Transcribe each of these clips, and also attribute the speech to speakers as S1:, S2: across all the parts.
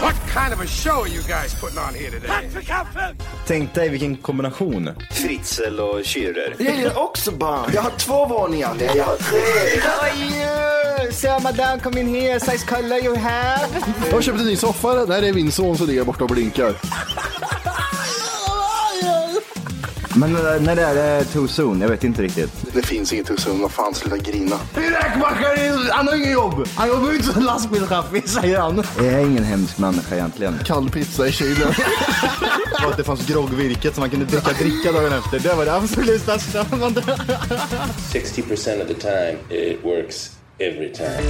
S1: What kind of a show are you guys putting on here today?
S2: Tänk dig vilken kombination.
S3: Fritzl och Schürrer.
S4: Jag gillar också barn. Jag har två våningar. Nej, jag har tre.
S2: How are you? So madame, come in here. Size color you have.
S5: Jag har köpt en ny soffa. Det här är min son som ligger borta och blinkar.
S2: Men eh, när det är det too soon? Jag vet inte riktigt.
S5: Det finns inget hos Vad fan, sluta grina.
S2: Min räkmackare, han har inget jobb. Han jobbar inte som lastbilschaffis, säger han. Jag är ingen hemsk människa egentligen.
S5: Kall pizza i kylen.
S2: Och att det fanns groggvirket som man kunde dricka dricka dagen efter. Det var det absolut största.
S3: 60% of the time it works every time.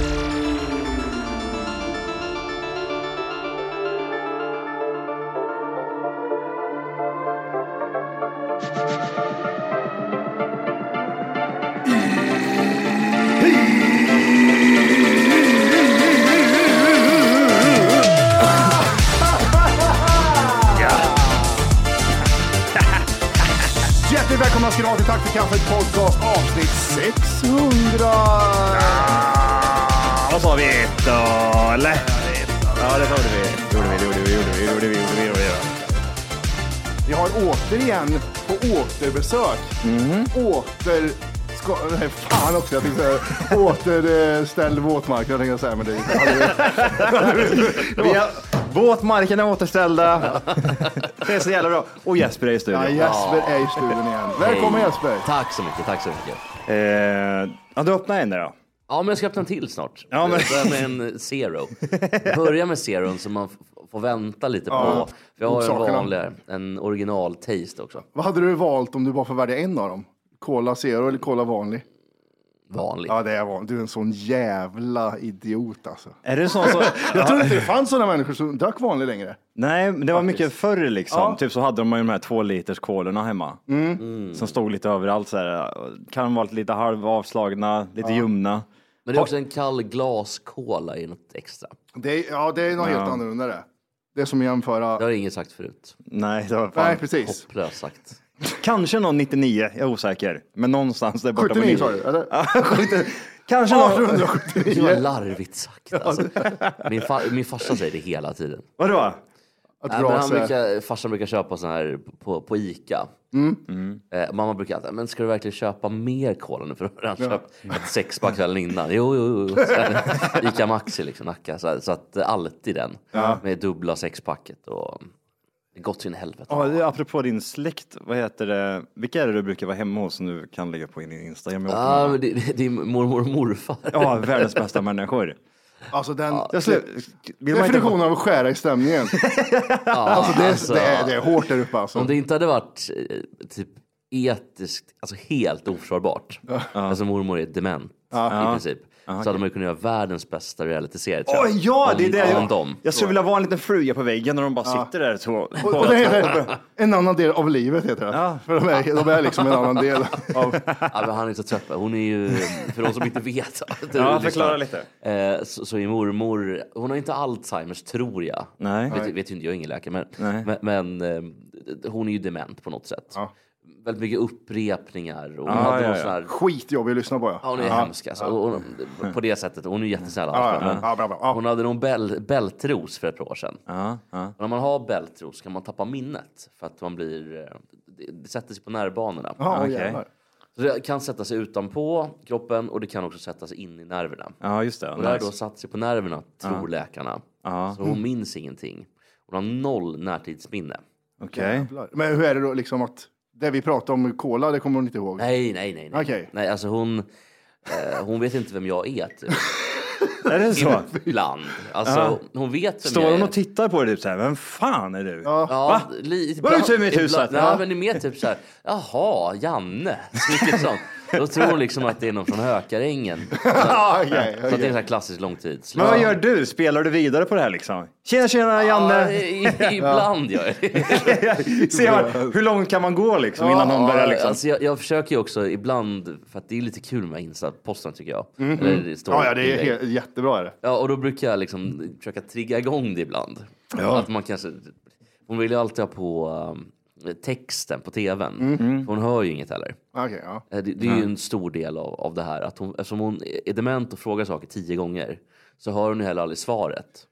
S5: Hjärtligt välkomna ska ni vara till Tack för kaffet podcast avsnitt 600.
S4: Ah, Vad sa vi? Ett och- eller? Ja, det hörde vi. Gjorde vi, gjorde vi, gjorde vi, gjorde vi, gjorde vi, gjorde vi.
S5: Vi har återigen på återbesök. Åter... Ska, nej, fan också. Jag tänkte säga återställ våtmarkerna tänkte jag säga. Men det gick aldrig.
S2: Vi har... Våtmarkerna är återställda. Det är så jävla bra. Och Jesper är i studion.
S5: ja, Jesper är i studion igen. Välkommen Jesper.
S4: Tack så mycket, tack så mycket.
S2: Eh, ja, du öppnar en där då.
S4: Ja, men jag ska öppna en till snart.
S2: Ja, men-
S4: Börja med en zero. Börja med zeron så man f- får vänta lite på.
S5: Ja,
S4: för jag har en
S5: orsakerna.
S4: vanlig, en original taste också.
S5: Vad hade du valt om du bara får välja en av dem? Cola Zero eller Cola vanlig?
S4: Vanlig.
S5: Ja, det är vanligt. Du är en sån jävla idiot alltså.
S2: Är det sån som...
S5: Jag tror inte det fanns sådana människor som drack vanlig längre.
S2: Nej, men det var mycket förr liksom. Typ så hade de ju de här två liters kolorna hemma.
S5: Mm.
S4: Mm.
S2: Som stod lite överallt så här. Kan de vara lite halvavslagna, lite ljumna.
S4: Men det är också en kall glascola i något extra.
S5: Det är, ja, det är något helt annorlunda det. Det är som att jämföra.
S4: Det har ingen sagt förut.
S2: Nej, det var fan.
S5: Nej, precis.
S4: Hopplöst sagt.
S2: Kanske någon 99, jag är osäker. Men någonstans där borta.
S5: 79
S2: med-
S5: sa du, eller?
S2: Ja, 70. Kanske någon...
S5: 1879.
S4: Det var larvigt sagt. Alltså. Min, fa- min farsa säger det hela tiden.
S2: Vadå?
S5: Att
S4: Nej, men
S5: dra
S4: han
S5: sig.
S4: brukar, farsan brukar köpa sån här på, på Ica. Eh, mamma brukar alltid, men ska du verkligen köpa mer cola nu? För då har han köpt ett sexpack kvällen innan. Jo, jo, jo. Så här, Ica Maxi liksom, Nacka. Så, här, så att eh, alltid den. Med dubbla sexpacket och det är gott sin helvete.
S2: Ja, det är apropå din släkt, vad heter det? Vilka är det du brukar vara hemma hos som du kan lägga på din Instagram? Jag
S4: Ah,
S2: åker
S4: men
S2: med.
S4: det, det, det är mormor och morfar.
S2: Ja, världens bästa människor.
S5: Alltså den
S2: Jag slu- vill man inte-
S5: definitionen av att skära i stämningen. alltså, det, är-
S4: alltså.
S5: Det, är, det är hårt där uppe alltså.
S4: Om det inte hade varit eh, typ etiskt, alltså helt oförsvarbart. Alltså mormor är dement i princip. Så hade man ju kunnat göra världens bästa realityserie tror
S2: Oj,
S4: jag.
S2: ja, det är
S4: om,
S2: det.
S4: Om
S2: Jag,
S4: dem.
S2: jag skulle vilja vara en liten fruga på väggen när de bara sitter där. Så,
S5: Och, och det heter en annan del av livet heter det.
S2: Ja.
S5: För de är, de är liksom en annan del av...
S4: Ja, men han är så trött. Hon är ju, för de som inte vet. att du
S2: Ja,
S4: lyssnar,
S2: förklara lite.
S4: eh, Så, så är mormor, hon har inte Alzheimers tror jag.
S2: Nej.
S4: Vet, vet ju inte, jag är ingen läkare. Men,
S2: Nej.
S4: men, men eh, hon är ju dement på något sätt. Väldigt mycket upprepningar. Och hon
S2: Ja,
S4: hade
S2: ja,
S4: någon
S2: ja.
S4: sån här
S5: Skitjobbig att lyssna på.
S4: Ja, hon är hemsk alltså. Och Hon, på det sättet. Hon är jättesnäll.
S5: Ja,
S4: annars,
S5: ja,
S4: men-
S5: ja, bra, bra. Ja.
S4: Hon hade någon bäl, bältros för ett par år sedan.
S2: Ja, ja.
S4: Och när man har bältros kan man tappa minnet för att man blir... eh, Det, det sätter sig på nervbanorna.
S5: Ja,
S2: Okej.
S5: jävlar.
S4: Så Så det kan sätta sig utanpå kroppen och det kan också sätta sig in i nerverna.
S2: Ja, just det.
S4: Och det har då
S2: Nice.
S4: satt sig på nerverna, tror läkarna. Så hon minns ingenting. Hon har noll närtidsminne.
S2: Okej.
S5: Jävlar. Men hur är det då liksom att det vi pratade om, cola, det kommer hon inte ihåg?
S4: Nej, nej, nej. Nej,
S5: Okej.
S4: nej alltså hon, eh, hon vet inte vem jag är. Typ.
S2: Är det så?
S4: Ibland. Alltså, hon vet vem
S2: Står
S4: jag
S2: hon
S4: är.
S2: och tittar på dig typ så här, vem fan är du?
S4: Ja, li-
S2: Var ute ur mitt hus,
S4: ibland-
S2: att-
S4: Nej,
S2: ja.
S4: men det är mer typ så här, jaha, Janne. Mycket sånt. Då tror hon liksom att det är någon från Hökarängen. Så,
S5: Ah, okej,
S4: så att det är
S5: okej.
S4: en sån här klassisk långtids.
S2: Men vad gör du? Spelar du vidare på det här liksom? Tjena tjena Janne!
S4: Ja, i- ibland gör jag det.
S2: Se här, hur långt kan man gå liksom innan hon börjar liksom?
S4: Alltså jag, jag försöker ju också ibland, för att det är lite kul med Insta-posten tycker jag.
S2: Mm,
S4: Eller det står
S5: Ja, ja, det är
S4: inlägg.
S5: helt, jättebra. Är det.
S4: ja, och då brukar jag liksom försöka trigga igång det ibland. Att man kanske, hon vill ju alltid ha på um, texten på tvn.
S2: Mm,
S4: Hon hör ju inget heller.
S5: Okej, ja.
S4: Eh, Det, det är ju en stor del av, av det här. Att hon, eftersom hon är dement och frågar saker tio gånger så hör hon ju heller aldrig svaret.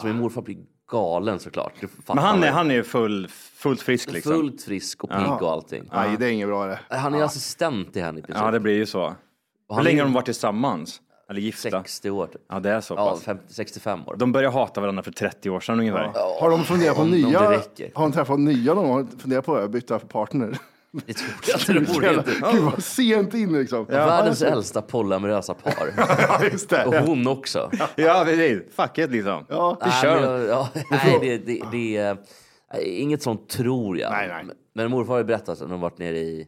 S4: Så min morfar blir galen såklart. Det fattar
S2: Men han är,
S4: man.
S2: han är ju full, fullt frisk liksom.
S4: fullt frisk och pigg och allting.
S5: Nej, det är inget bra det.
S4: Han är assistent till henne i princip.
S2: Ja, det blir ju så. Hur
S4: han
S2: länge
S4: är-
S2: har de varit tillsammans? Eller gifta?
S4: 60 år typ.
S2: Ja, det är så
S4: Ja,
S2: pass.
S4: 50, 65 år.
S2: De började hata varandra för 30 år sedan ungefär.
S5: Har de funderat på
S4: om- om
S5: nya?
S4: det räcker.
S5: Har de träffat nya någon gång? Har de funderat på att byta partner?
S4: Det tror jag inte. Det borde inte.
S5: Gud vad sent in liksom.
S4: Världens äldsta polyamorösa par.
S5: Ja, just
S4: Och
S5: det.
S4: hon också.
S2: Ja, precis. Fuck it liksom.
S5: Ja.
S2: Vi
S4: Nej,
S2: kör.
S4: men jag- ja, nej, det, det, det är nej, inget sånt tror jag.
S5: Nej, nej.
S4: Men morfar har ju berättat att han varit nere i...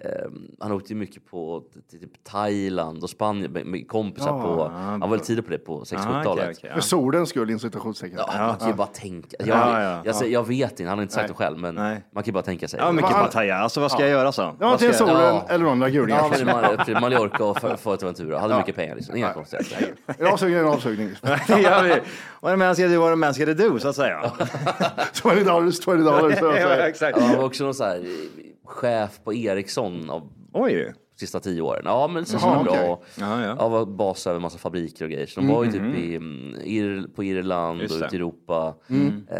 S4: ehm, han åkte ju mycket på till typ Thailand och Spanien med, med kompisar på... Han var lite tidig på det på
S2: Ah,
S4: 60-talet.
S2: okej, okej, ja.
S5: För solens skull, inom citationstecken.
S4: Ja, man kan ju bara tänka. alltså, Jag,
S2: Ja, ja,
S4: jag, säger- jag vet inte, han har inte sagt det själv, men
S2: Nej.
S4: man kan ju bara tänka sig.
S2: Ja, mycket
S5: Men han-
S2: Pattaya. Alltså vad ska jag göra så?
S5: Ja, till
S4: ska
S5: solen
S4: jag- ja.
S5: eller några gulingar.
S4: Ja, men Mal- Mallorca och Fo- Fuerteventura. Hade mycket pengar liksom. Inga konstigheter.
S5: En avsugning är en avsugning.
S2: Det gör vi. What a man ska do, what a man ska do, så att säga.
S5: 20 dollars, 20 dollars. så att
S2: Ja,
S5: säga.
S2: exakt.
S4: Ja, Han var också någon så här chef på Ericsson av
S2: Oj.
S4: sista tio åren. Ja, men så var
S5: Jaha,
S4: det bra.
S2: Mm, Ja, ja.
S4: Ja, var bas över massa fabriker och grejer. Så de var ju typ i, mm, Ir- på Irland
S2: Just
S4: och
S2: det. Mm.
S4: ute i Europa.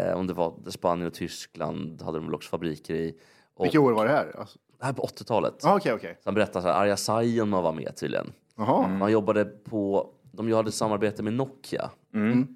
S4: Eh, om det var Spanien och Tyskland hade de väl också fabriker i. Och
S5: Vilka år var det här? Alltså,
S4: det här på 80-talet.
S5: ah, Okej, okej.
S4: Så han berättade så här, Arja Saijonmaa var med tydligen.
S5: Jaha.
S4: Han jobbade på, de hade samarbete med Nokia.
S2: Mm.
S4: Mm.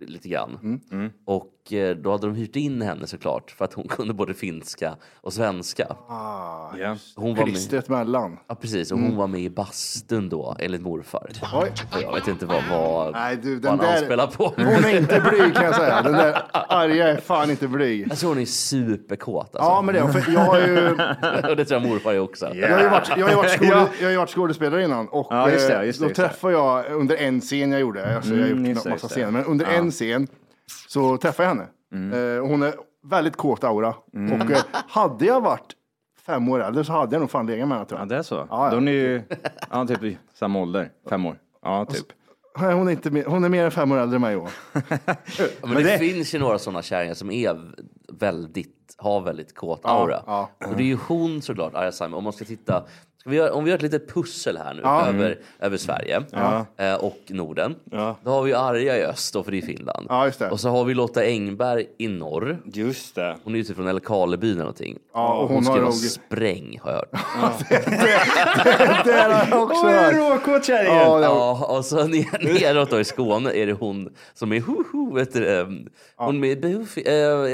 S4: Lite grann. Och eh, då hade de hyrt in henne såklart för att hon kunde både finska och svenska.
S2: Ah, Ja.
S4: Hon var med,
S5: Klistret mellan.
S4: ja, precis, och
S5: Mm.
S4: hon var med i bastun då, enligt morfar.
S5: Oj.
S4: Och jag vet inte vad, vad,
S5: Nej, du,
S4: vad
S5: den
S4: han anspelar
S5: där...
S4: på.
S5: Hon är inte blyg kan jag säga. Den där arga är fan inte blyg.
S4: Jag tror hon är superkåt alltså.
S5: Ja, men det är hon, för jag har ju...
S4: Och det tror jag morfar är också.
S5: Jag har ju varit, jag har ju varit, skåde, jag har ju varit skådespelare innan och
S2: Ja, just det,
S5: eh,
S2: just det,
S5: då
S2: just det.
S5: träffade jag under en scen jag gjorde, alltså, jag har
S2: Mm,
S5: gjort
S2: just det,
S5: en massa
S2: just det.
S5: scener, men under en scen så träffade jag henne.
S2: Mm.
S5: Eh, och hon är väldigt kåt aura och eh, hade jag varit fem år äldre så hade jag nog fan legat med henne tror
S2: ja,
S5: jag.
S2: det är så.
S5: Ja, ja.
S2: De är ju ja, typ i samma ålder, fem år. Ja, typ.
S5: Nej, Hon, är inte, mer- hon är mer än fem år äldre än mig Johan.
S4: Men, det, finns ju några sådana kärringar som är väldigt, har väldigt kåt aura.
S5: ja.
S4: Och det är ju hon såklart, Arja Saijonmaa. Om man ska titta, ska vi göra, om vi gör ett litet pussel här nu
S5: Mm.
S4: över, över Sverige eh, och Norden. Då har vi ju Arja i öst då, för det är Finland.
S5: Ja, just det.
S4: Och så har vi Lotta Engberg i norr.
S2: Just det.
S4: Hon är ju typ från Älvkarleby eller någonting.
S5: Ja, och hon,
S4: Hon ska
S5: har
S4: ju vara
S5: nog...
S4: spräng har jag hört.
S5: Det har jag också hört.
S2: råkåt kärringen!
S5: Ja, det-
S4: Ja, och så ner, neråt då i Skåne är det hon som är hoho, vet du, det? hon med behuf, eh,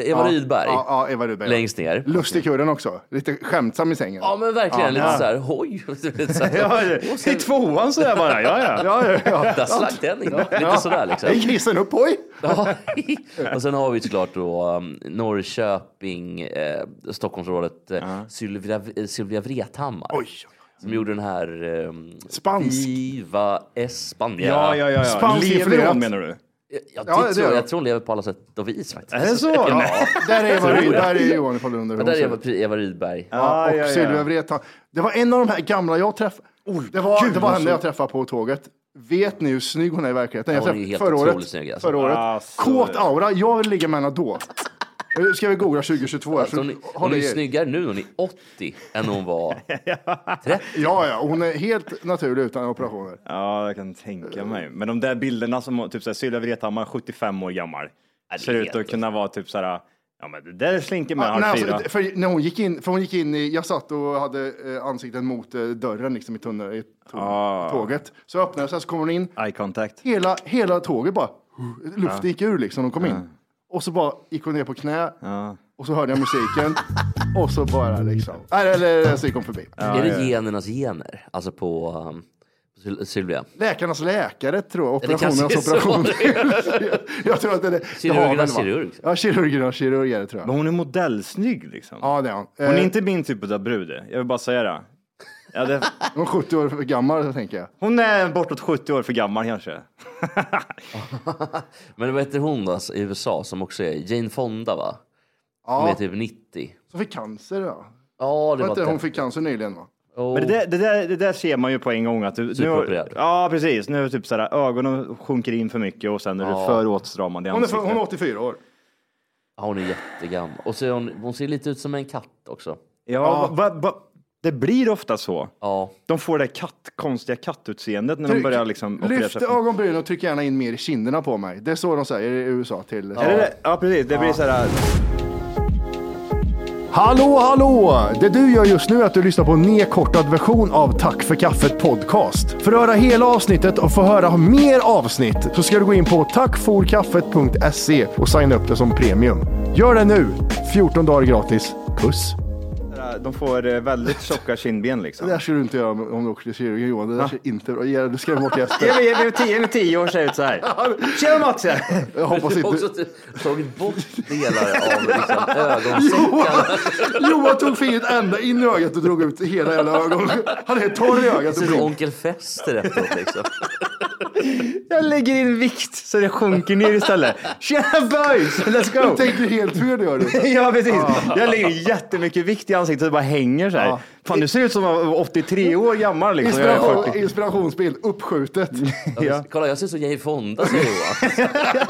S4: Eva Rydberg.
S5: Ja, ja, Eva Rydberg. ja.
S4: Längst ner.
S5: Lustig kurden också, lite skämtsam i sängen.
S4: Ja men verkligen lite såhär hoj. du vet, så här. Och
S2: I
S4: sen-
S2: tvåan sådär bara, ja ja.
S5: Ja, ja, ja.
S4: Där slack den in. Lite sådär liksom.
S5: Hej grisen, upp oj!
S4: Ja. Och sen har vi såklart då um, Norrköping, eh, Stockholmsrådet, eh, Sylvia, eh, Sylvia Vrethammar.
S5: Oj,
S4: Som gjorde den här... ehm,
S5: Spansk.
S4: Viva Espania.
S2: Ja, ja, ja. ja.
S5: Spanskt
S2: Lever
S5: influerat.
S2: hon menar du?
S4: Jag,
S5: Ja, det
S4: tror,
S5: gör
S4: jag
S5: jag.
S4: tror hon lever på alla sätt och vis faktiskt.
S2: Är det så?
S4: Ja.
S5: Där är Eva
S4: jag.
S5: Rydberg, där är Johan ifall du undrar hur
S4: Ja,
S5: hon
S4: där är
S5: ser
S4: Eva,
S5: ut.
S4: Eva Rydberg.
S5: Ja,
S2: Ah,
S5: och
S2: ja, ja.
S5: Sylvia Vrethammar. Det var en av de här gamla jag träffade. det var,
S2: gud,
S5: det var
S2: alltså.
S5: henne jag träffade på tåget. Vet ni hur snygg hon är i verkligheten? Jag
S4: hon är
S5: träffade
S4: helt
S5: förra året.
S4: otroligt snygg, alltså.
S5: Förra året.
S2: Alltså.
S5: Kåt aura. Jag vill ligga med henne då. Nu Ska vi googla 2022? här,
S4: Alltså,
S5: så
S4: hon, är-
S5: håll
S4: hon är ju
S5: i er.
S4: snyggare nu, hon är 80, än hon var
S5: Ja, ja. Hon är helt naturlig utan operationer.
S2: Ja, jag kan tänka mig. Men de där bilderna som typ såhär, Sylvia Vrethammar, 75 år gammal, ser ut att
S4: helt-
S2: kunna vara typ såhär Ja, men det där slinker med
S5: Ja, nej,
S2: halv fyra.
S5: alltså, för, när hon gick in, för hon gick in i, jag satt och hade eh, ansikten mot eh, dörren liksom i tunneln, i tå-
S2: Ah.
S5: tåget. Så öppnade jag, så kom hon in,
S2: Eye contact.
S5: hela, hela tåget bara, luften gick ur liksom, hon kom in. Och så bara gick hon ner på knä, och så hörde jag musiken, och så bara liksom, nej, eller så gick hon förbi.
S4: är det genernas gener? Alltså på um, Syl- Sylvia?
S5: Läkarnas läkare tror jag,
S4: Eller kanske
S5: operationernas
S4: så.
S5: operation. jag, jag tror att det är det.
S4: Kirurgernas
S5: det har väl, va?
S4: kirurg.
S2: liksom.
S5: Ja, kirurgernas kirurg är det tror jag.
S2: Men hon är modellsnygg liksom.
S5: Ja, det är hon.
S2: Hon är
S5: Eh,
S2: inte min typ av brud. Jag vill bara säga det. Ja, det...
S5: Hon är 70 år för gammal, så tänker jag.
S2: Hon är bortåt 70 år för gammal kanske.
S4: Men vad heter hon då alltså, i USA som också är Jane Fonda va? Hon är
S5: Ja,
S4: typ 90.
S5: som fick cancer då.
S4: Ja, det
S5: Var
S4: var
S5: inte
S4: det.
S5: hon fick cancer nyligen va?
S4: Åh.
S2: Men det, där- det, där, det där ser man ju på en gång att du... Nu,
S4: Superopererad.
S2: ja, precis. Nu är det typ så här, ögonen sjunker in för mycket och sen är du för åtstramad i
S5: Hon är, för,
S2: ansiktet.
S5: hon är 84 år.
S4: Ja, hon är jättegammal. Och så är hon, hon ser lite ut som en katt också.
S2: Ja, va, va, det blir ofta så.
S4: Ja,
S2: De får det katt, konstiga kattutseendet när de börjar liksom operera
S5: Lyft
S2: sig.
S5: ögonbrynen och tryck gärna in mer i kinderna på mig. Det är så de säger i USA till.
S2: Är det det? Ja, precis. Det blir så här...
S5: Hallå, hallå! Det du gör just nu är att du lyssnar på en nedkortad version av Tack för kaffet podcast. För att höra hela avsnittet och få höra mer avsnitt så ska du gå in på tackforkaffet.se och signa upp det som premium. Gör det nu! 14 dagar gratis. Puss!
S2: De får eh, väldigt tjocka kindben liksom.
S5: Det där ska du inte göra om om du åker till kirurgen Johan. Det där ska inte bra. Ge- Du skrämmer bort
S2: Ge
S5: gäster.
S2: mig- Ge mig tio, ge mig tio år ser ut så här. Tjena Max!
S5: Jag hoppas
S4: Du har också
S5: inte.
S4: typ tagit bort delar av liksom ögonsäckarna.
S5: Johan tog fingret ända in i ögat och drog ut hela jävla ögonen. Han är torr i
S4: Det
S5: ögat. och
S4: ser ut som
S5: blind.
S4: Onkel Fester efteråt liksom.
S2: Jag lägger in vikt så det sjunker ner istället. Tjena boys! Let's
S5: Du
S2: go!
S5: tänker helt fel, det gör du.
S2: Ja precis. Jag lägger jättemycket vikt i ansiktet och bara hänger så här.
S5: Ja.
S2: Fan du ser ut som att vara 83 år gammal liksom. Jag är
S5: Inspiration,
S2: 40.
S5: inspirationsbild, uppskjutet.
S4: Ja. Alltså, Kolla, jag ser ut som Jane Fonda säger Johan.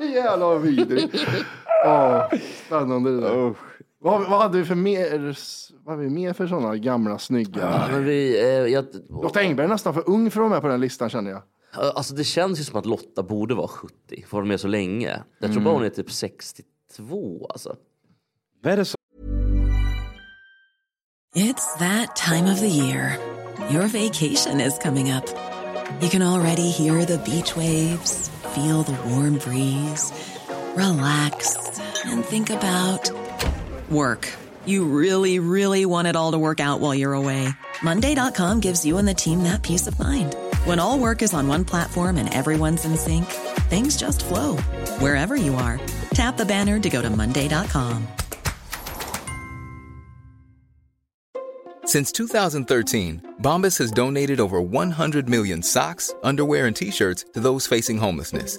S5: Jävlar vad vidrigt. Ja, spännande det där. Vad, har vi- vad hade vi för mer, vad hade vi mer för sådana gamla snygga?
S4: Men vi, eh, jag,
S5: Lotta Engberg är nästan för ung för att vara med på den listan känner jag.
S4: alltså det känns ju som att Lotta borde vara 70, för hon är så länge. Jag
S5: Mm.
S4: tror bara hon är typ 62 alltså.
S2: Vad är det så?
S6: It's that time of the year. Your vacation is coming up. You can already hear the beach waves, feel the warm breeze, relax, and think about work. You really, really want it all to work out while you're away. Monday.com gives you and the team that peace of mind. When all work is on one platform and everyone's in sync, things just flow wherever you are. Tap the banner to go to Monday.com.
S7: Since 2013, Bombas has donated over 100 million socks, underwear, and t shirts to those facing homelessness.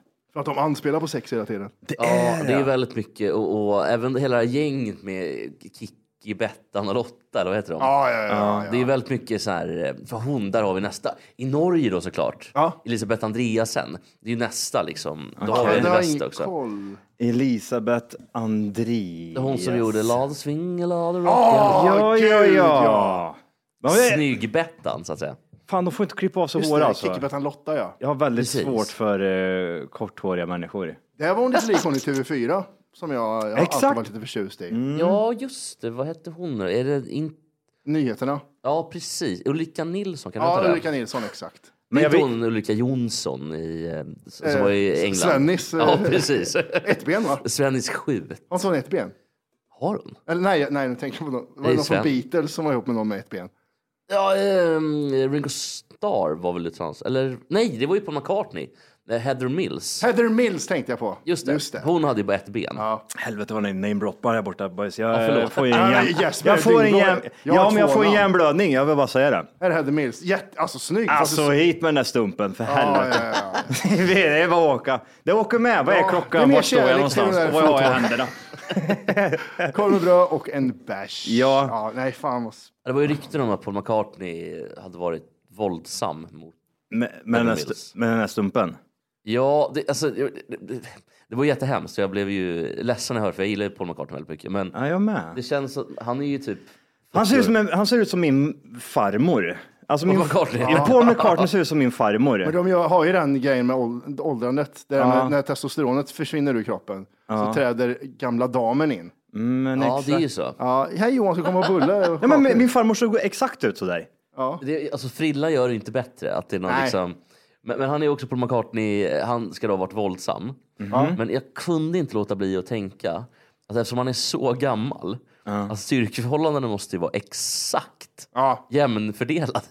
S5: För att de anspelar på sex hela tiden.
S4: Ja, det är väldigt mycket och, och även hela det här gänget med Kikki, Bettan och Lotta, eller vad heter de?
S5: Ja, ja, ja.
S4: Det är väldigt mycket så här, eh, för hon, där har vi nästa. I Norge då såklart,
S5: Ja.
S4: Elisabeth Andreasen, det är ju nästa liksom. Då
S5: ja.
S4: har vi
S5: det
S4: en
S5: har jag
S4: väst
S5: ingen
S4: också.
S5: koll.
S2: Elisabeth Andri.
S4: Det är hon som gjorde Ladsving, Lad och
S5: Åh,
S2: Ja, ja,
S5: gud,
S2: ja. Men det-
S4: Snygg-Bettan så att säga.
S2: Fan, de får inte klippa av sig
S5: Just
S2: hår
S5: det,
S2: alltså.
S5: Kickebettan Lotta ja.
S2: Jag har väldigt
S4: Precis.
S2: svårt för eh, korthåriga människor.
S5: Där var hon lite lik hon i TV4. Som jag, jag har alltid
S2: Exakt.
S5: varit lite förtjust i.
S4: Ja, just det. Vad hette hon nu? Är det in...
S5: Nyheterna.
S4: Ja, precis. Ulrika Nilsson, kan du
S5: Ja,
S4: heta
S5: Ulrika
S4: det?
S5: Nilsson exakt.
S4: Men
S2: jag
S4: inte
S2: vet-
S4: hon Ulrika Jonsson i, eh, som
S5: Eh,
S4: var i England?
S5: Svennis, eh,
S4: Ja, precis.
S5: Ett ben va?
S4: Svennis 7.
S5: Har inte hon ett ben?
S4: Har hon?
S5: Eller nej, nej, nu tänker jag på någon. Var
S4: Nej,
S5: det någon från
S4: Sven.
S5: Beatles som var ihop med någon med ett ben?
S4: Ja, ehm, Ringo Starr var väl lite trans? Eller nej, det var ju Paul McCartney. Nej, Heather Mills.
S5: Heather Mills tänkte jag på.
S4: Just det. Hon hade ju bara ett ben.
S2: Helvete vad ni namedroppar här borta boys. Jag
S4: Ja, förlåt.
S2: eh, får ju
S5: Ah,
S4: Ja,
S2: en
S4: men
S2: jäm...
S5: Jesper,
S2: Jag får en
S5: din
S2: jäm...
S5: bror- jag har
S2: Ja, men jag
S5: två
S2: får en
S5: namn.
S2: hjärnblödning. Jag vill bara säga det.
S5: Här är Heather Mills. Jätte, alltså snygg. fast
S2: Alltså
S5: det-
S2: hit med den där stumpen, för
S5: ja,
S2: helvete.
S5: ja, ja.
S2: det är bara att åka. Det åker med. Vad
S5: Ja,
S2: är
S5: det är
S2: klockan?
S5: mer
S2: Var står jag
S5: kärlek
S2: någonstans?
S5: till
S2: Och
S5: den
S2: vad
S5: där
S2: har jag i
S5: foton.
S2: händerna?
S5: Korv med bröd och en bärs.
S2: Ja.
S5: Nej, fan vad... s-
S4: Det var ju rykten om att Paul McCartney hade varit våldsam mot...
S2: Med, med, den här
S4: Mills.
S2: stu- med den här stumpen?
S4: Ja, det, alltså, det, det, det var jättehemskt. Jag blev ju ledsen när jag hörde, för jag gillar ju Paul McCartney väldigt mycket. Men
S2: Ja,
S4: det
S2: jag med.
S4: känns som, han är ju typ...
S2: Han ser ut som, en, han ser ut som min farmor. Alltså
S4: Paul
S2: min,
S4: McCartney.
S2: Ja, Paul McCartney ser ut som min
S5: Men
S2: farmor.
S5: de gör- har ju den grejen med åld- åldrandet, där
S2: Ja.
S5: när, när testosteronet försvinner ur kroppen så träder gamla damen in.
S2: Men
S4: Ja,
S2: Mm, exakt.
S4: det är ju så.
S5: Ja, hej Johan, ska komma och bulla?
S2: Ja, men min- min farmor såg exakt ut sådär.
S4: Det, alltså frilla gör det inte bättre. Att det är någon,
S5: Nej.
S4: liksom, men, men han är ju också Paul McCartney, han ska då ha varit våldsam. Men jag kunde inte låta bli att tänka att eftersom han är så gammal, alltså styrkeförhållandena måste ju vara exakt
S5: Ja.
S4: jämnfördelade.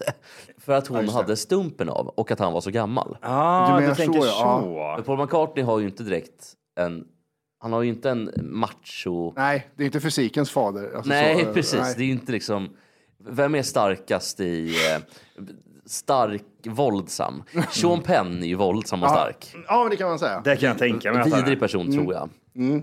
S4: För att hon hade stumpen av och att han var så gammal.
S2: Ah,
S5: Du
S2: du,
S5: menar
S2: tänker
S5: så,
S2: så?
S5: ja.
S4: Men Paul McCartney har ju inte direkt en, han har ju inte en macho...
S5: Nej, det är inte fysikens fader. Alltså,
S4: Nej,
S5: så, eh,
S4: precis.
S5: nej.
S4: Det är ju inte liksom... Vem är starkast i... Eh, stark, våldsam? Sean Penn är ju våldsam och stark.
S5: Ja, men det kan man säga.
S2: Det kan jag tänka mig. att han är.
S4: Vidrig person, tror jag.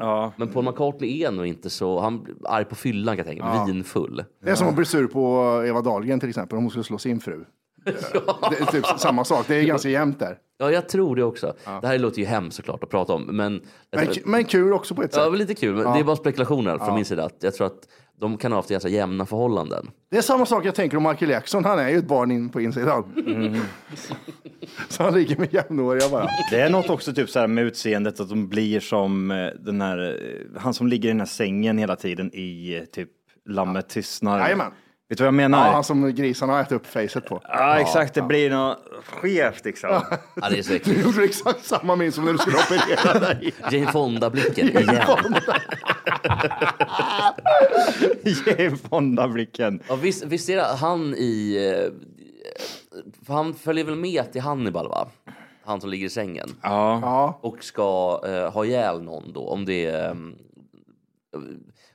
S2: Ja.
S4: Men Paul McCartney är nog inte så... Han blir arg på fyllan, kan jag tänka mig. Vinfull.
S5: Det är som att bli sur på Eva Dahlgren till exempel, om hon skulle slå sin fru. Det är typ samma sak, det är ganska jämnt där.
S4: Ja, jag tror det också. Det här låter ju hemskt såklart att prata om, men...
S5: Men, k- men kul också på ett
S4: Ja,
S5: sätt.
S4: det var lite kul. Men Det är bara spekulationer från min sida. Att jag tror att de kan ha haft ganska jämna förhållanden.
S5: Det är samma sak jag tänker om Michael Jackson, han är ju ett barn in på insidan.
S2: Mm.
S5: Så han ligger med jämnåriga bara.
S2: Det är något också typ så här med utseendet att de blir som eh, den här, eh, han som ligger i den här sängen hela tiden i eh, typ Lammet tystnar.
S5: Jajamän.
S2: Vet du vad jag menar?
S5: Ja, alltså-
S2: Ja,
S5: han som grisarna har ätit upp facet på.
S2: exakt, det blir något skevt liksom.
S4: Ja, det är så
S5: Du
S4: äckligt.
S5: gjorde exakt samma min som när du skulle operera dig.
S4: Jane Fonda-blicken igen.
S2: Ge Fonda-blicken.
S4: Ja, visst, visst är det han i... eh, För han följer väl med till Hannibal, va? Han som ligger i sängen.
S5: Ja,
S4: Och ska eh, ha ihjäl någon då, om det är... ehm,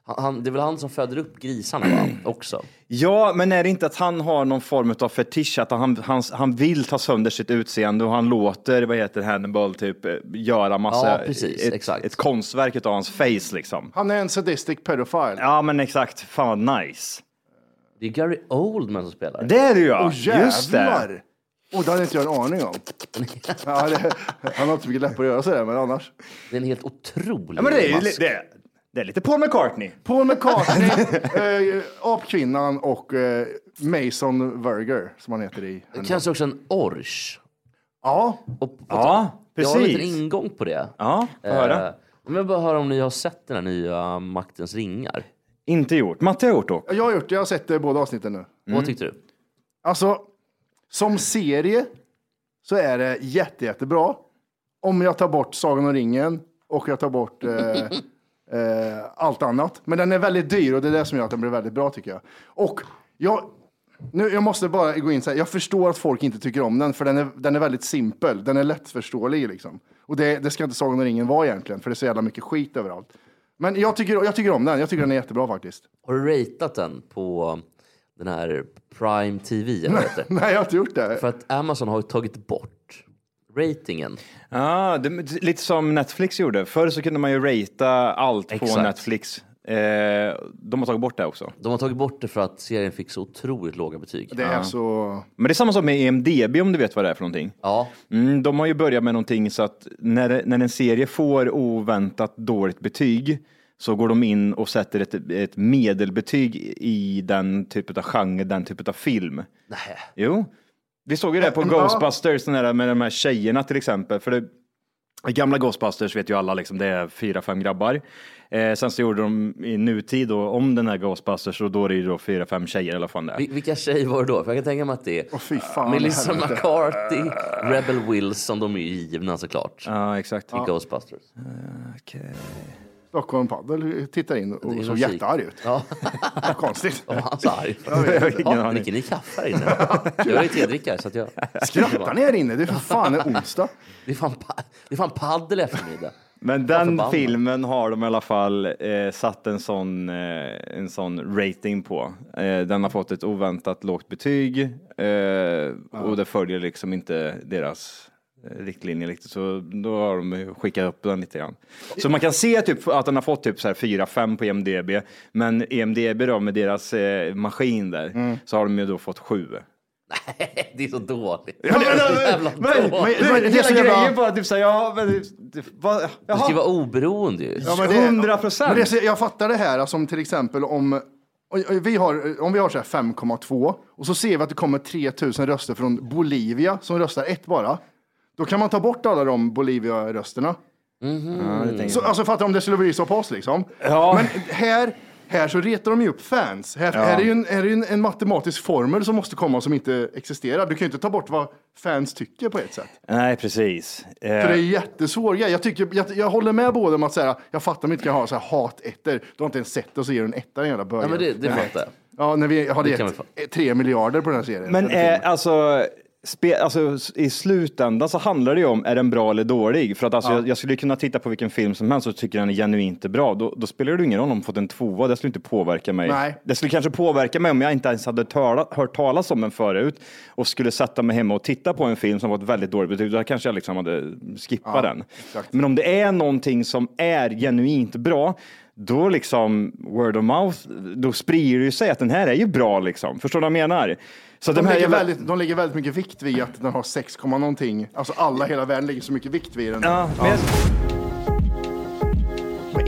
S4: han, han, det är väl han som föder upp grisarna va? också?
S2: Ja, men är det inte att han har någon form av fetisch, att han, han, han vill ta sönder sitt utseende och han låter, vad heter Hannibal, typ eh, göra massa,
S4: Ja, precis,
S2: ett,
S4: exakt.
S2: ett konstverk av hans face liksom.
S5: han är en sadistic pedofil.
S2: Ja, men exakt, fan vad nice.
S4: Det är Gary Oldman som spelar.
S2: Det är det ja!
S5: Åh
S2: Just det!
S5: jävlar! Och det hade inte jag en aning om. Ja, det, han har inte så mycket läppar att göra sådär, men annars.
S4: Det är en helt otrolig
S2: Ja, men det, är,
S4: mask.
S2: ju- det, är- det är lite Paul McCartney.
S5: Paul McCartney, eh, Apkvinnan och eh, Mason Verger, som han heter i...
S4: Kanske också en orch.
S5: Ja,
S4: Och, och
S2: Ja,
S4: jag har en liten
S2: precis.
S4: ingång på det.
S2: Ja, får jag höra.
S4: Eh, Om jag bara hör om ni har sett den här nya Maktens ringar.
S2: Inte gjort. Matte har gjort dock.
S5: jag har gjort det. Jag har sett eh, båda avsnitten nu.
S2: Mm.
S4: Vad tyckte du?
S5: Alltså, som serie så är det jätte, jättebra. Om jag tar bort Sagan om ringen och jag tar bort eh, eh, allt annat. Men den är väldigt dyr och det är det som gör att den blir väldigt bra tycker jag. Och jag, nu, jag måste bara gå in så här. Jag förstår att folk inte tycker om den för den är, den är väldigt simpel. Den är lättförståelig liksom. Och det, det ska inte Sagan om ringen vara egentligen för det är så jävla mycket skit överallt. Men jag tycker, jag tycker om den. Jag tycker den är jättebra faktiskt.
S4: Har du ratat den på den här Prime TV? Eller vad det heter?
S5: Nej, jag har inte gjort det.
S4: För att Amazon har ju tagit bort ratingen.
S2: Ja, det, lite som Netflix gjorde. Förr så kunde man ju ratea allt på
S4: Exakt.
S2: Netflix. Eh, de har tagit bort det också.
S4: De har tagit bort det för att serien fick så otroligt låga betyg.
S5: Det är så...
S2: Men det är samma sak med E EMDB om du vet vad det är för någonting.
S4: Ja,
S2: Mm, de har ju börjat med någonting så att när, när en serie får oväntat dåligt betyg så går de in och sätter ett, ett medelbetyg i den typen av genre, den typen av film. Nej. Jo. Vi såg ju det på
S5: Ja.
S2: Ghostbusters den där med de här tjejerna till exempel. För det, Gamla Ghostbusters vet ju alla, liksom, det är fyra, fem grabbar. Eh, sen så gjorde de i nutid då, om den här Ghostbusters och då är det ju då fyra, fem tjejer eller vad fan det är.
S4: Vil- vilka tjejer var det då? För jag kan tänka mig att det är
S5: Åh, fy fan,
S4: Melissa
S5: helvete.
S4: McCarthy, Rebel Wilson, de är ju givna såklart.
S2: Ja, exakt.
S4: I Ghostbusters.
S2: Okej.
S5: Stockholm Padel tittar in
S4: Det är
S5: och såg
S4: musik.
S5: jättearg ut.
S4: Ja.
S5: Vad Konstigt.
S4: Om han så arg.
S5: Jag vet inte.
S4: Ja, dricker ni kaffe här inne? Jag är ju tedrickare så att jag...
S5: Skrattar ni här inne? Det är för fan en onsdag.
S4: Det är fan, pa- det är fan paddel eftermiddag.
S2: Men den
S4: förbannad.
S2: filmen har de i alla fall eh, satt en sån, eh, en sån rating på. Eh, den har fått ett oväntat lågt betyg eh, och det följer liksom inte deras eh, riktlinjer riktigt. Så då har de ju skickat upp den lite grann. Så man kan se typ att den har fått typ så här 4-5 på EMDB. Men E EMDB då med deras eh, maskin där
S5: Mm.
S2: så har de ju då fått 7.
S4: Det är så dåligt.
S2: Ja, men,
S4: det är så
S2: men,
S4: jävla
S2: men, men,
S4: dåligt.
S5: men-
S2: det
S5: det är
S2: hela
S5: så jävla-
S2: grejen bara typ såhär, ja, men, det- vad,
S4: Det ska ju
S2: jaha.
S4: vara oberoende ju.
S5: Ja, men det-
S2: 100%.
S5: men det är så- Jag fattar det här som till exempel om och- och vi har, om vi har så här 5,2 och så ser vi att det kommer 3000 röster från Bolivia som röstar ett bara. Då kan man ta bort alla de Bolivia-rösterna. Så, alltså fattar du om det skulle bli så på oss liksom. Men här, här så retar de ju upp fans. Här, här är ju, en, här är ju en, en matematisk formel som måste komma som inte existerar. Du kan ju inte ta bort vad fans tycker på ett sätt.
S2: Nej, precis.
S5: För
S2: Eh,
S5: det är jättesvår grej. Jag, tycker, jag, jag håller med både om att så här, jag fattar om inte kan ha så här hat-ettor. Du har inte ens sett det och så ger du en etta i jävla början.
S4: Ja, men det, det fattar jag.
S5: Ja, när vi hade
S4: Det kan
S5: gett
S4: vi
S5: eh, tre miljarder på den här serien.
S2: Men
S5: Eller
S2: eh,
S5: filmen.
S2: alltså, spe, alltså, s- i slutändan så handlar det ju om, är den bra eller dålig? För att alltså, jag, jag skulle kunna titta på vilken film som helst och tycker den är genuint bra. Då, då spelar det ingen roll om de fått en tvåa, det skulle inte påverka mig.
S5: Nej.
S2: Det skulle kanske påverka mig om jag inte ens hade tala, hört talas om den förut och skulle sätta mig hemma och titta på en film som var ett väldigt dåligt betyg. Då kanske jag liksom hade skippat den. Men om det är någonting som är genuint bra, då liksom word of mouth, då sprider det ju sig att den här är ju bra liksom. Förstår du vad jag menar? Så
S5: de,
S2: den här
S5: lägger
S2: jävla-
S5: väldigt, de lägger väldigt mycket vikt vid att den har 6, komma någonting. Alltså alla i hela världen lägger så mycket vikt vid den.
S2: Ja, men jag,
S5: Men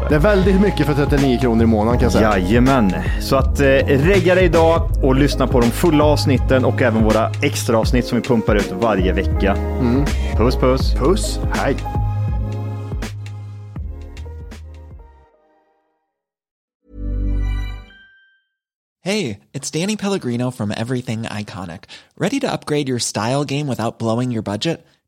S2: det.
S5: Det är väldigt mycket för 39 kronor i månaden kan jag säga.
S2: Jajamän, så att eh, regga dig idag och lyssna på de fulla avsnitten och även våra extra avsnitt som vi pumpar ut varje vecka.
S5: Mm.
S2: Puss puss!
S5: Puss, hej!
S8: Hey, it's Danny Pellegrino from Everything Iconic. Ready to upgrade your style game without blowing your budget?